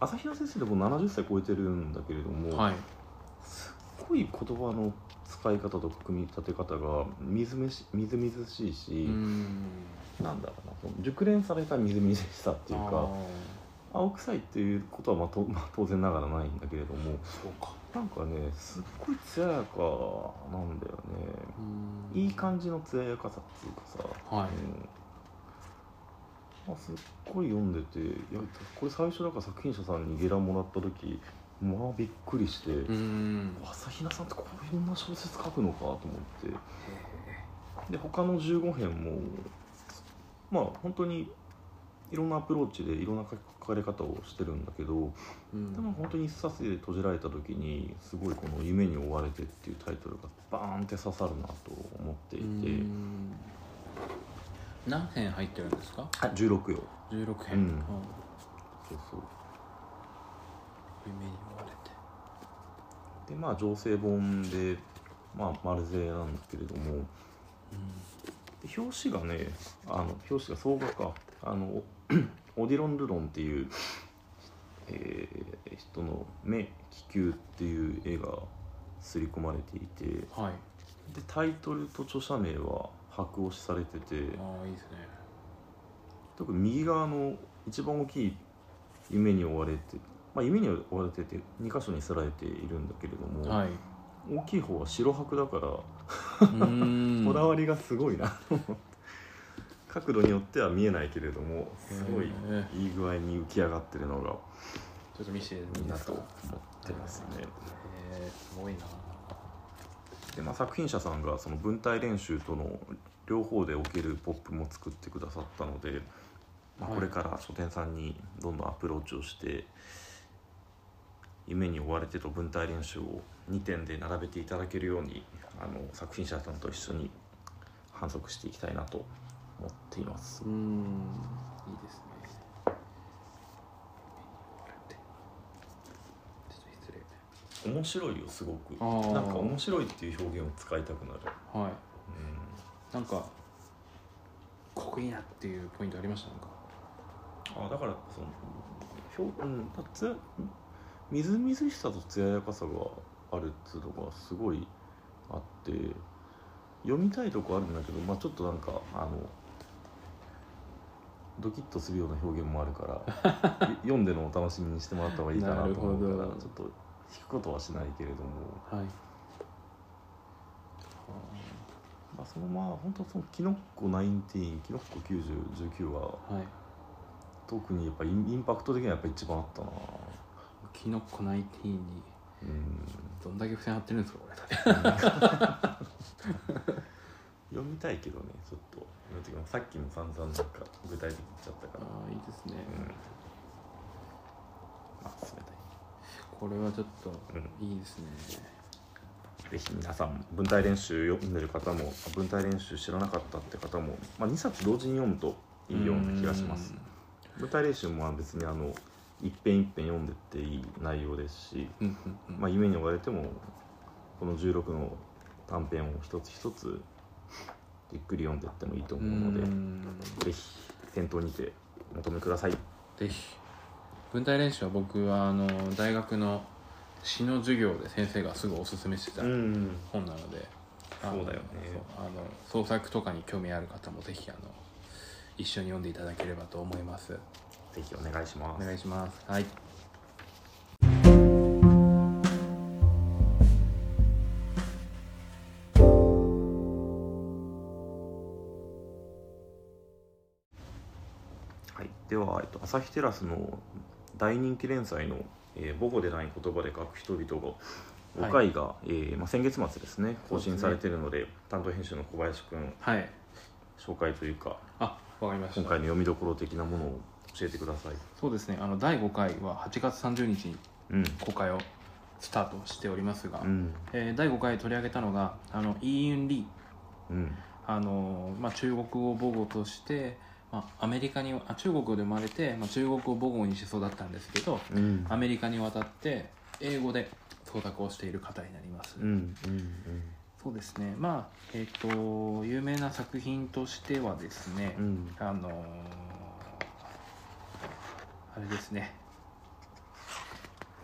朝比奈先生でも70歳超えてるんだけれども、
はい
すっごい言葉の使い方とか組み立て方がみずめしみずみずしいし、
うん
なんだろうなその熟練されたみずみずしさっていうか青臭いっていうことはまあと、まあ、当然ながらないんだけれども
あーそうか
なんかねすっごい艶やかなんだよね
うん
いい感じの艶やかさっていうかさ、
は
うんまあ、すっごい読んでていやこれ最初だから作品者さんにゲラもらった時まあびっくりして、
いうん
朝比奈さんってこんな小説書くのかと思ってで他の15編もまあ本当にいろんなアプローチでいろんな書かれ方をしてるんだけど、
うん
でも本当に一冊で閉じられた時にすごいこの「夢に追われて」っていうタイトルがバーンって刺さるなと思っていて
うん何編入ってるんですか
あ16よ
16
う
編、
ん
あ
そうそう
夢に追われて
でまあ情勢本で、まあ、丸勢なんだけれどもで表紙がねあの表紙が総画かあの おオディロン・ルロンっていう、えー人の「目気球」っていう絵が刷り込まれていてで
はい
タイトルと著者名は白押しされてて
ああいいですね
特に右側の一番大きい夢に追われて、まあ、夢に追われてて2箇所にすられているんだけれども、
はい
大きい方は白白だから
うーん
こだわりがすごいな と思って角度によっては見えないけれどもすごい
えー
いい具合に浮き上がってるのが
ちょっと見せても
いい
いいで
な
す
と
か
思ってますね
えー、すごいな
で、まあ、作品者さんがその文体練習との両方で置けるポップも作ってくださったので、まあ、
はい
これから書店さんにどんどんアプローチをして夢に追われてと文体練習を2点で並べていただけるようにあの作品者さんと一緒に反則していきたいなと思っています
うーんいいですねちょっと失礼
面白いよすごく
あー
なんか面白いっていう表現を使いたくなる、
はい
うん
なんかここいいなっていうポイントありましたなんか
あだからその表、うん、だつやみずみずしさと艶やかさがあるっつうのがすごいあって読みたいとこあるんだけど、まあ、ちょっとなんかあのドキッとするような表現もあるから い読んでのお楽しみにしてもらった方がいいかなと思う
な
か
る
ら
ほど
ちょっと引くことはしないけれども。
はい
まあ、そのまあ本当そのキノッコ19キノッコ9019
は
は
い
特にやっぱインインパクト的にはやっぱ一番あったな
キノコナイティーンに
うん
どんだけ付箋貼ってるんですか俺
読みたいけどねちょっと読む時もさっきも散々なんか具体的に言っちゃったから
ああいいですね
うんまあ進めたい
これはちょっと
う
いいですね
ぜひ皆さん文体練習読んでる方も文体練習知らなかったって方も、まあ、2冊同時に読むといいような気がします文体練習も別にあの一遍一遍読んでっていい内容ですし
うんうんうん
まあ、夢に追われてもこの16の短編を一つ一つゆっくり読んでいってもいいと
う
思うので
ん
ぜひ店頭にてお求めください
ぜひ文体練習は僕はあの大学の詩の授業で先生がすぐおすすめしてた
ん
本なので、あの
そうだよね
そうあの創作とかに興味ある方もぜひあの一緒に読んでいただければと思います
ぜひお願いしま
お
す
願いしますはい
はい、では、えっと、朝日テラスの大人気連載の「えー母語でない言葉で書く人々が」
はい
5回が、えーまあ、先月末ですね
そう
更
ですね
新されてるので担当編集の小林くん
はい
紹介というか
あわかりまし
今回
た
の読みどころ的なものを教えてください
そうですねあの第5回は8月30日に
うん
公開をスタートしておりますが、
うん
えー第5回取り上げたのがあのイーユン・リー
うん
あのまあ、中国語を母語として、まあ、アメリカにあ中国で生まれて、まあ、中国語を母語にして育ったんですけど
うん
アメリカに渡って英語で創作をしている方になります、
うんうん
そうですねまあえっ、と有名な作品としてはですね、
うんうん
あのーあれですね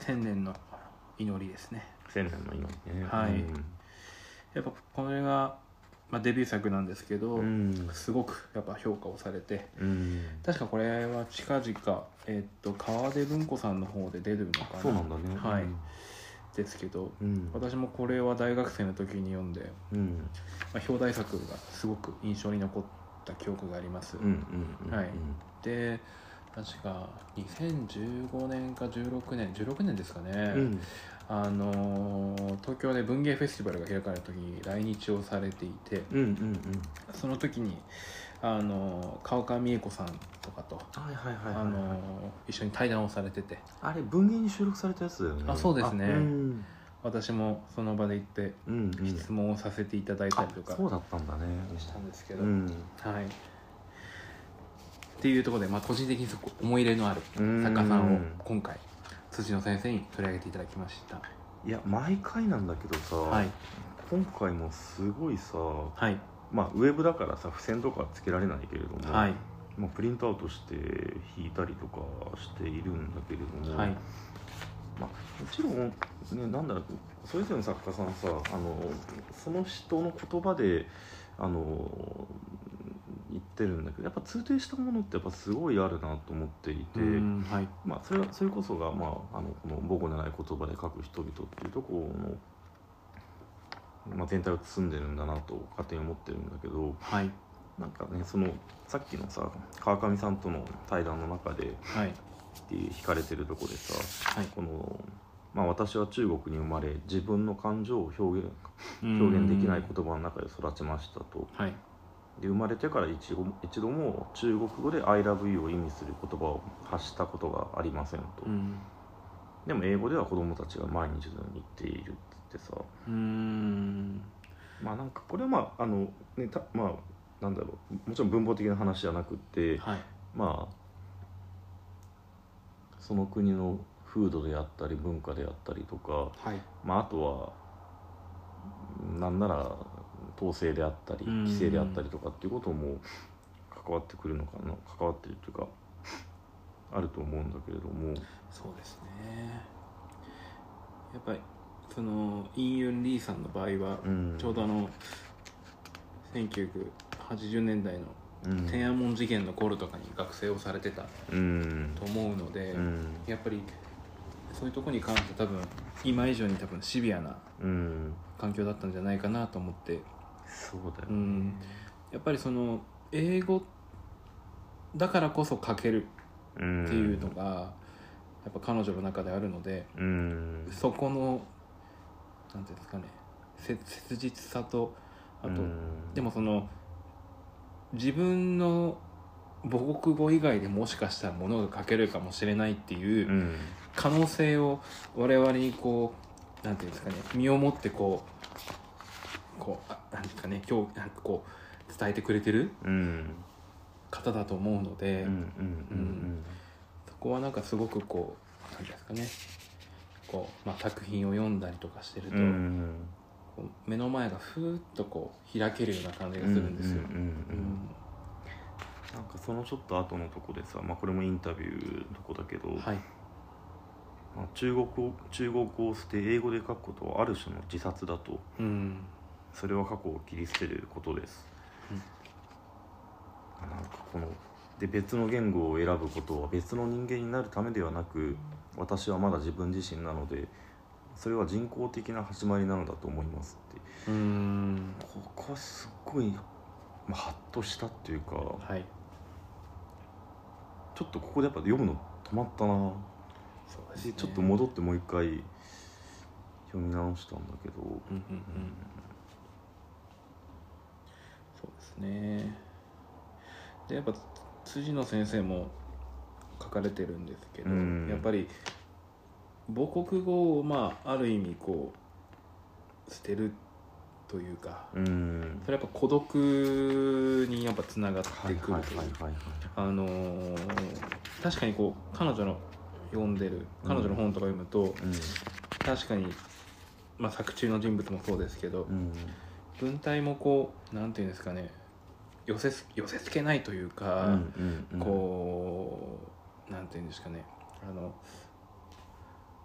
千年の祈りですね
千年の祈りね
はい
うん
やっぱこれが、まあ、デビュー作なんですけど、
うん
すごくやっぱ評価をされて
うん
確かこれは近々、えっと川出文庫さんの方で出るのかな
そうなんだね
はいですけど
うん
私もこれは大学生の時に読んで、
うん
まあ、表題作がすごく印象に残った記憶があります、
うんうんうん
はいで確か2015年か16年16年ですかね、
うん
あのー東京で文芸フェスティバルが開かれた時に来日をされていて
うんうんうん
その時にあのー川上美恵子さんとかと
はいはいはい
あ
はい
のー一緒に対談をされてて
あれ文芸に収録されたやつだよね
あそうですね
あうん
私もその場で行って
うんうん
質問をさせていただいた
あ
りとか
そうだったんだね
したんですけ
う
ど、
ん
はいっていうところで、まあ、個人的にすごく思い入れのある
うん
作家さんを今回辻野先生に取り上げていただきました
いや毎回なんだけどさ、
はい
今回もすごいさ
はい
まあウェブだからさ付箋とかはつけられないけれども、
はい
まあ、プリントアウトして引いたりとかしているんだけれども、
はい
まあ、もちろん、ね、なんだろうそれぞれの作家さんさあのその人の言葉であの言ってるんだけどやっぱ通底したものってやっぱすごいあるなと思っていて、
うんはい
まあ、それはそれこそが、まあ、あのこの母語のない言葉で書く人々っていうところの、まあ、全体を包んでるんだなと勝手に思ってるんだけど
はい
なんかねそのさっきのさ川上さんとの対談の中で
はい
惹かれてるとこでさ
はい
この、まあ、私は中国に生まれ自分の感情を表現
うん
表現できない言葉の中で育ちましたと
はい
で生まれてから一度一度も中国語で「ILOVEYOU」を意味する言葉を発したことがありませんと、
うん
でも英語では子供たちが毎日のように言っているってさ
うん
まあなんかこれはまああのねたまあなんだろうもちろん文法的な話じゃなくって
はい
まあその国の風土であったり文化であったりとか
はい
まあ、あとはなんなら統制であったり
うん
規制であったりとかっていうことも関わってくるのかな関わってるというかあると思うんだけれども
そうですねやっぱりそのインユン・リーさんの場合は、
うん
ちょうどあの1980年代の
うん
天安門事件の頃とかに学生をされてた
うん
と思うので、
うん
やっぱりそういうとこに関して多分今以上に多分シビアな
うん
環境だったんじゃないかなと思って、
そうだよ
う
ね
ん、やっぱりその英語だからこそ書ける
ん
っていうのが、やっぱ彼女の中であるので
うん
そこのなんていうんですかね切切実さとあと、
うん
でもその自分の母国語以外でもしかしたらものが書けるかもしれないっていううん可能性を我々にこうなんていうんですかね身をもってこうこうあなんですかね今日なんかこう伝えてくれてる
うん
方だと思うので、
うんうんうん
そこはなんかすごくこうなんていうんですかねこう、まあ、作品を読んだりとかしてると、
うんうん
こう目の前がふーっとこう開けるような感じ
う
がするんですよ。
うんうんうんなんかそのちょっと後のとこでさ、まあ、これもインタビューのとこだけど、
うんはい
まあ中国語中国語を捨て英語で書くことはある種の自殺だと
うん
それは過去を切り捨てることです、なんかこので別の言語を選ぶことは別の人間になるためではなく私はまだ自分自身なのでそれは人工的な始まりなのだと思いますって
うーん
ここはすっごい、まあ、ハッとしたっていうか
はい
ちょっとここでやっぱ読むの止まったな
そう
でちょっと戻ってもう一回読み直したんだけど、
うんうんうんそうですねでやっぱ辻野先生も書かれてるんですけど、
うん
やっぱり母国語をまあある意味こう捨てるというか
うん
それはやっぱ孤独にやっぱつながって
はい
く
はい
る
はい
というか
はい
あのー確かにこう彼女の読んでる彼女の本とか読むと、確かに、まあ、作中の人物もそうですけど、
うん
文体もこうなんていうんですかね寄せつ寄せつけないというか、
うんうん
こうなんていうんですかねあの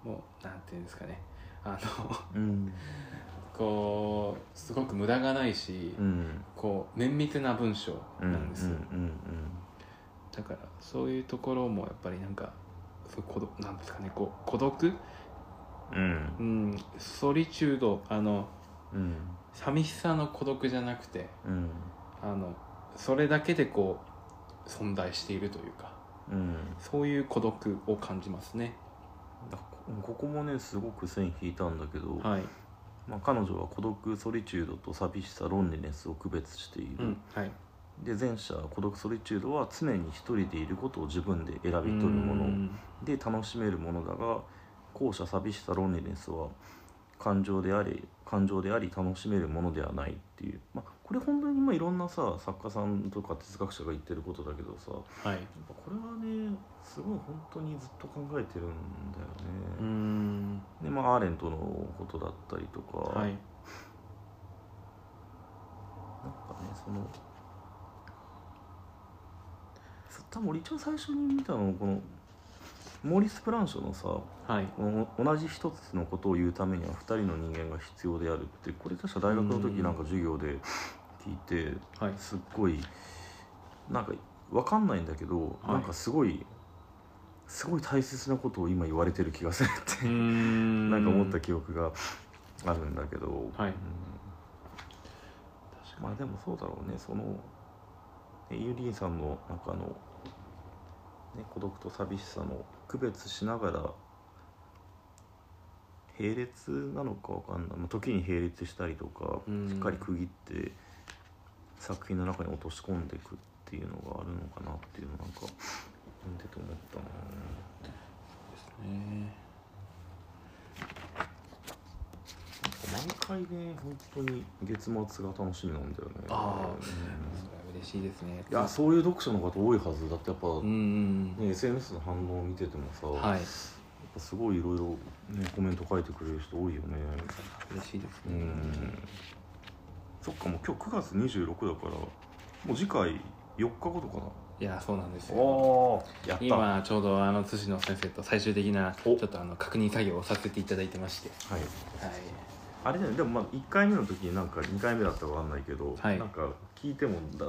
もうなんていうんですかねあの
うん
こうすごく無駄がないし、
うん
こう綿密な文章
うん
なんですよ、
うん
だからそういうところもやっぱりなんかそう孤独なんですかねこう孤独、
うんうん
うん、ソリチュードあの
うん
寂しさの孤独じゃなくて
うん
あのそれだけでこう存在しているというか
うん
そういう孤独を感じますね
だこここもねすごく線引いたんだけど、
はい、
まあ、彼女は孤独ソリチュードと寂しさロンリネスを区別している、
うん、はい
で前者孤独ソリチュードは常に一人でいることを自分で選び取るもの
うん
で楽しめるものだが後者寂しさロンリネスは感情であり感情であり楽しめるものではないっていう、まあ、ここれ本当に今いろんなさ作家さんとか哲学者が言ってることだけどさやっ
はい
ぱこれはねすごい本当にずっと考えてるんだよね。
ん
でまあアーレントのことだったりとか、
はい
なんかねそのそう多分俺一番最初に見たのこのモーリス・プランショのさこ
はい
の同じ一つのことを言うためには二人の人間が必要であるってこれ確か大学の時なんか授業で聞いて
はい
すっごいなんかわかんないんだけど、
はい
なんかすごいすごい大切なことを今言われてる気がするっていう
うん
なんか思った記憶があるんだけど、
はい
うんまあでもそうだろうねそのねユリーさんのなんかあの、ね、孤独と寂しさの区別しながら並列なのかわかんない、まあ、時に並列したりとか
うん
しっかり区切って作品の中に落とし込んでいくっていうのがあるのかなっていうのなんか読んでて思ったな。
ですね
毎回ね本当に月末が楽しみなんだよね
ああ
うん
それは嬉しいですね
いやそういう読者の方多いはずだってやっぱ、
うんうんうん
ね、SNS の反応を見ててもさ、や
は
っ
い
ぱすごいいろいろ、ね、コメント書いてくれる人多いよね
嬉しいです
う
ね
んそっかもう今日9月26だからもう次回4日後とか
いやそうなんです
な
よ
あやった
今ちょうどあの津市の先生と最終的なちょ
お
っとあの確認作業をさせていただいてまして
はい
はい
あれだよねでもまあ1回目の時になんか2回目だったかわかんないけど、
はい
なんか聞いてもだ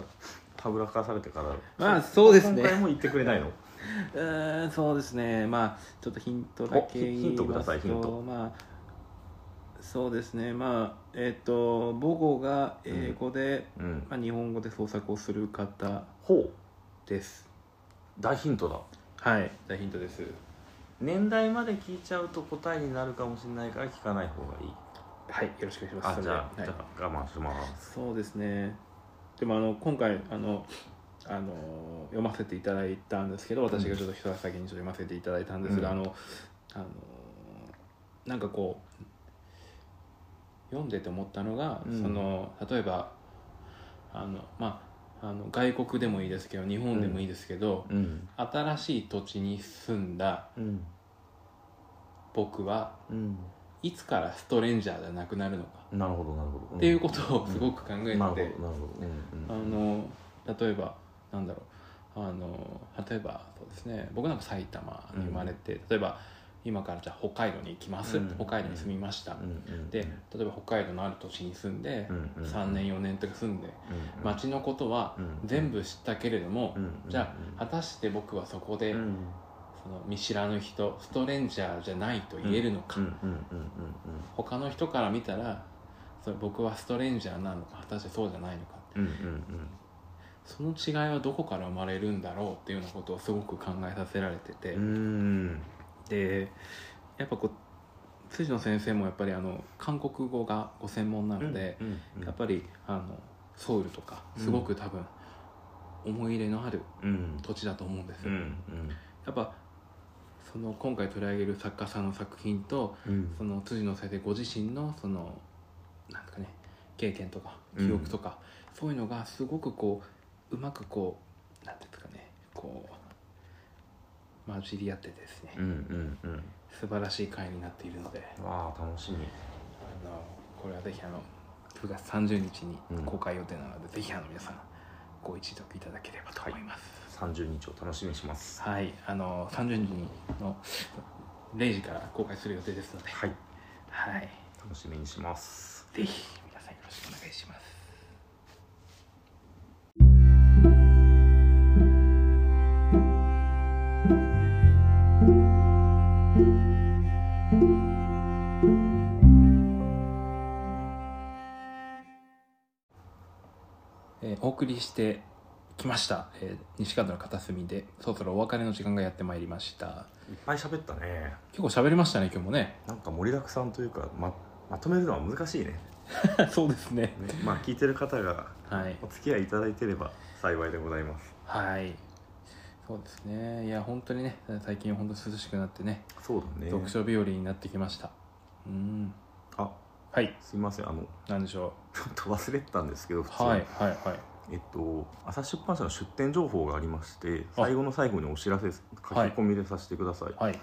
たぶらかされてから
まあそうですね
今回も言ってくれ ないの
うーんそうですねまあちょっとヒントだけ
おヒヒントください
言ますと
ヒント
まあそうですねまあえっ、と母語が英語で、
うん
まあ、日本語で創作をする方
ほう
です
大ヒントだ
はい大ヒントです
年代まで聞いちゃうと答えになるかもしれないから聞かない方がいい
はいよろしくお願いします
あじゃあ、
それで
じ
は
ゃあ我慢しま
い、
す
そうですねでもあの今回あのあの読ませていただいたんですけど私がちょっと一足先にちょっと読ませていただいたんですが、
うん
あのあのなんかこう読んでて思ったのが、
うん
その例えばあのまああの外国でもいいですけど日本でもいいですけど、
うん
新しい土地に住んだ
うん
僕は
うん
いつからストレンジャーじゃなくなるのか、
なるほどなるほど、ん
っていうことをすごく考えてて、
なるほどなるほどうん
あの例えばなんだろうあの例えばそうですね僕なんか埼玉に生まれて、例えば今からじゃあ北海道に行きます、
うん
北海道に住みました、
うんうんうん
で例えば北海道のある都市に住んで、
うんうん
3年4年とか住んで、
うんうん
町のことは
うん
全部知ったけれども、
うん
じゃあ果たして僕はそこで、
うん
その見知らぬ人ストレンジャーじゃないと言えるのか、
うんうんうんうん
他の人から見たらそれ僕はストレンジャーなのか果たしてそうじゃないのか
うんうんうん
その違いはどこから生まれるんだろうっていうようなことをすごく考えさせられてて、
うんうん
でやっぱこう辻野先生もやっぱりあの韓国語がご専門なので、
うんうん
やっぱりあのソウルとかすごく多分思い入れのある
うん
土地だと思うんです
う
よ、
ん
やっぱその今回取り上げる作家さんの作品と
うんうん
その辻野先生ご自身のそのなんですかね経験とか
うん
記憶とか、そういうのがすごくこううまくこうなんていうんですかねこう混じり合ってですね、
うんうんうん
素晴らしい回になっているので
わあ楽しみ
あのこれはぜひあの9月30日に
うん
公開予定なので、ぜひあの皆さんご一読いただければと思います
30日を楽しみにします
はい、あの30日の0時から公開する予定ですので
はい
はい
楽しみにします
ぜひ皆さんよろしくお願いしますえーお送りしてきました、えー西川の片隅でそろそろお別れの時間がやってまいりました
いっぱい喋ったね
結構喋りましたね今日もね
なんか盛りだくさんというかままとめるのは難しいねね
そうですね
まあ聞いてる方が
はい
お付き合いいただいてれば幸いでございます
はいそうですねいや本当にね最近本当涼しくなってね、
そうだね
読書日和になってきましたうん
あ
はい
すいませんあの
なんでしょ
ちょっと忘れてたんですけど
う
普通に、
はいはいはい
えっと、朝日出版社の出店情報がありまして
あ
最後の最後にお知らせ書き込みでさせてください、
はい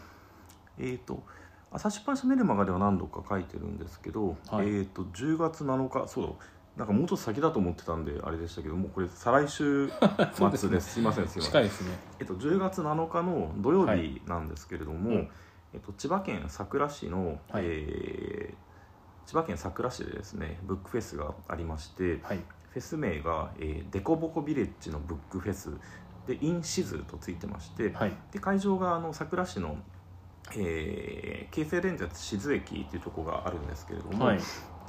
えー、と朝日出版社メルマガでは何度か書いてるんですけど、
はい
えー、と10月7日そうだなんかもうちょっと先だと思ってたんであれでしたけどもうこれ再来週末
そう
で
ですす
す,、
ね
いませんすいませ
近
ん、
いですね
えっと、10月7日の土曜
は
日
い
なんですけれども、
うん
えっと、千葉県佐倉市の、
はい
えー千葉県佐倉市でですねブックフェスがありまして、
はい
フェス名が、えー、デコボコビレッジのブックフェスでインシズとついてまして、
はい
で会場があの桜市の、えー京成電鉄静駅っていうとこがあるんですけれども、
はい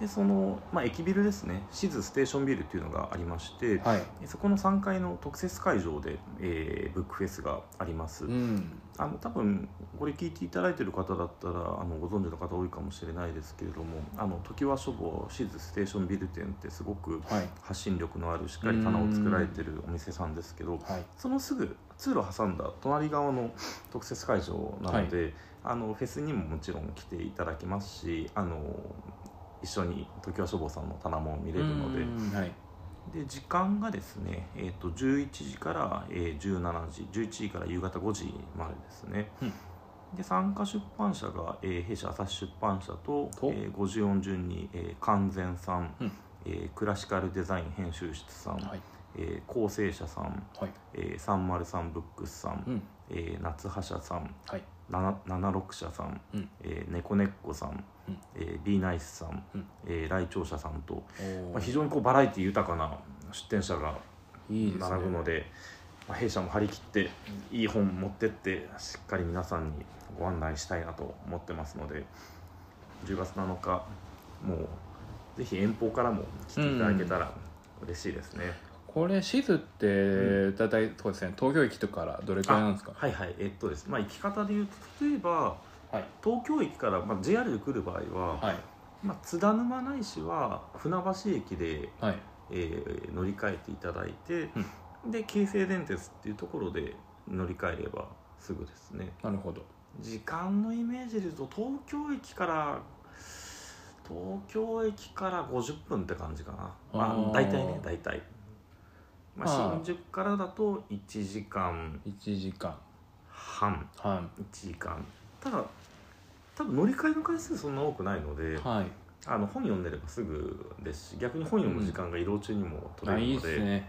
でその、まあ、駅ビルですね静ステーションビルっていうのがありまして、
はい
でそこの3階の特設会場で、えーブックフェスがあります、
うん
あの多分これ聞いていただいてる方だったらあのご存知の方多いかもしれないですけれどもあの常盤書房静ステーションビル店ってすごく
はい
発信力のあるしっかり棚を作られてるお店さんですけど
はい
そのすぐ通路挟んだ隣側の特設会場なので、あのフェスにももちろん来ていただきますしあの一緒に常盤書房さんの棚も見れるので
うんはい
で時間がですね、えー、と11時から、えー17時11時から夕方5時までですね。
うん
で参加出版社が、えー弊社朝日出版社と
と
えー、50音順に、えー、完全さん、
うん
えークラシカルデザイン編集室さん、
はい
えー構成者さん、
はい
えー、303ブックスさん、
うん
えー夏葉社さん
はい
な76社さん、
うん
えー、猫ねっこさん、
うん
えー、ビーナイスさん、
うん
えー来庁者さんと、
おー
まあ、非常にこうバラエティ豊かな出展者が
いいですね
並ぶのでまあ、弊社も張り切っていい本持ってってしっかり皆さんにご案内したいなと思ってますので10月7日もうぜひ遠方からも来ていただけたら嬉しいですね。
これシズって大体そうですね東京駅とかからどれくらいなんですか
はいはいえっとですまあ行き方で言うと例えば
はい
東京駅から、まあ、JR で来る場合は、
はい
まあ、津田沼ないしは船橋駅で、
はい
えー乗り換えていただいて、で京成電鉄っていうところで乗り換えればすぐですね
なるほど
時間のイメージで言うと東京駅から東京駅から50分って感じかな
あ
まあ
ー
大体ね大体、まあ、
あー
新宿からだと1時間
1時間
半
半
1時間ただ多分乗り換えの回数そんな多くないので
はい
あの本読んでればすぐですし逆に本読む時間が移動中にも取
あ
れ
い
る
い
の
で
で、
すね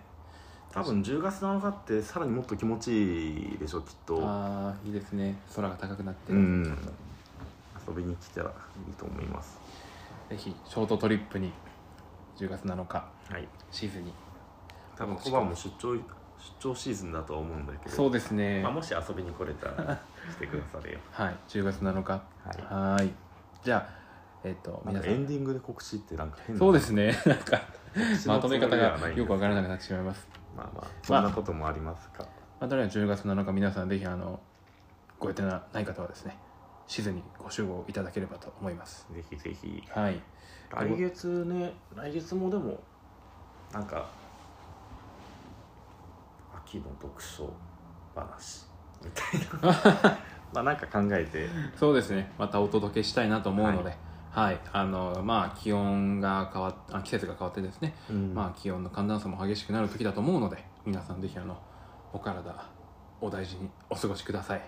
多分10月7日ってさらにもっと気持ちいいでしょきっと
ああいいですね空が高くなって、
うん遊びに来たらいいと思います
ぜひショートトリップに10月7日
はい
シーズンに
多分コバも出張出張シーズンだとは思うんだけど
そうですね
まあ、もし遊びに来れたらしてくだされよ
はい10月7日
は
はーいじゃあえっ、と
いな
皆
んか
さ
エ
ん
ンディングで告知ってなんか変な
そうですね なん か
告知の
まとめ方
つもりではな
が
いんです
よくわからなくなってしまいます
まあまあそんなこともありますか、
まあ、とりあえず10月7日皆さんぜひあのご予定のない方はですねシーズンにご集合いただければと思います
ぜひぜひ
はい
来月ね来月もでもなんか秋の読書話みたい なまあなんか考えて
そうですねまたお届けしたいなと思うのではい、あのまあ気温が変わっあ季節が変わってですね、
ま
まあ気温の寒暖差も激しくなる時だと思うので皆さんぜひあのお体お大事にお過ごしください、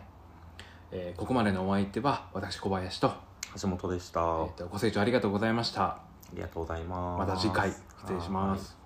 えーここまでのお相手は私小林と,、
あ橋本でした、
えーとご清聴ありがとうございました
ありがとうございます
また次回失礼します、
はい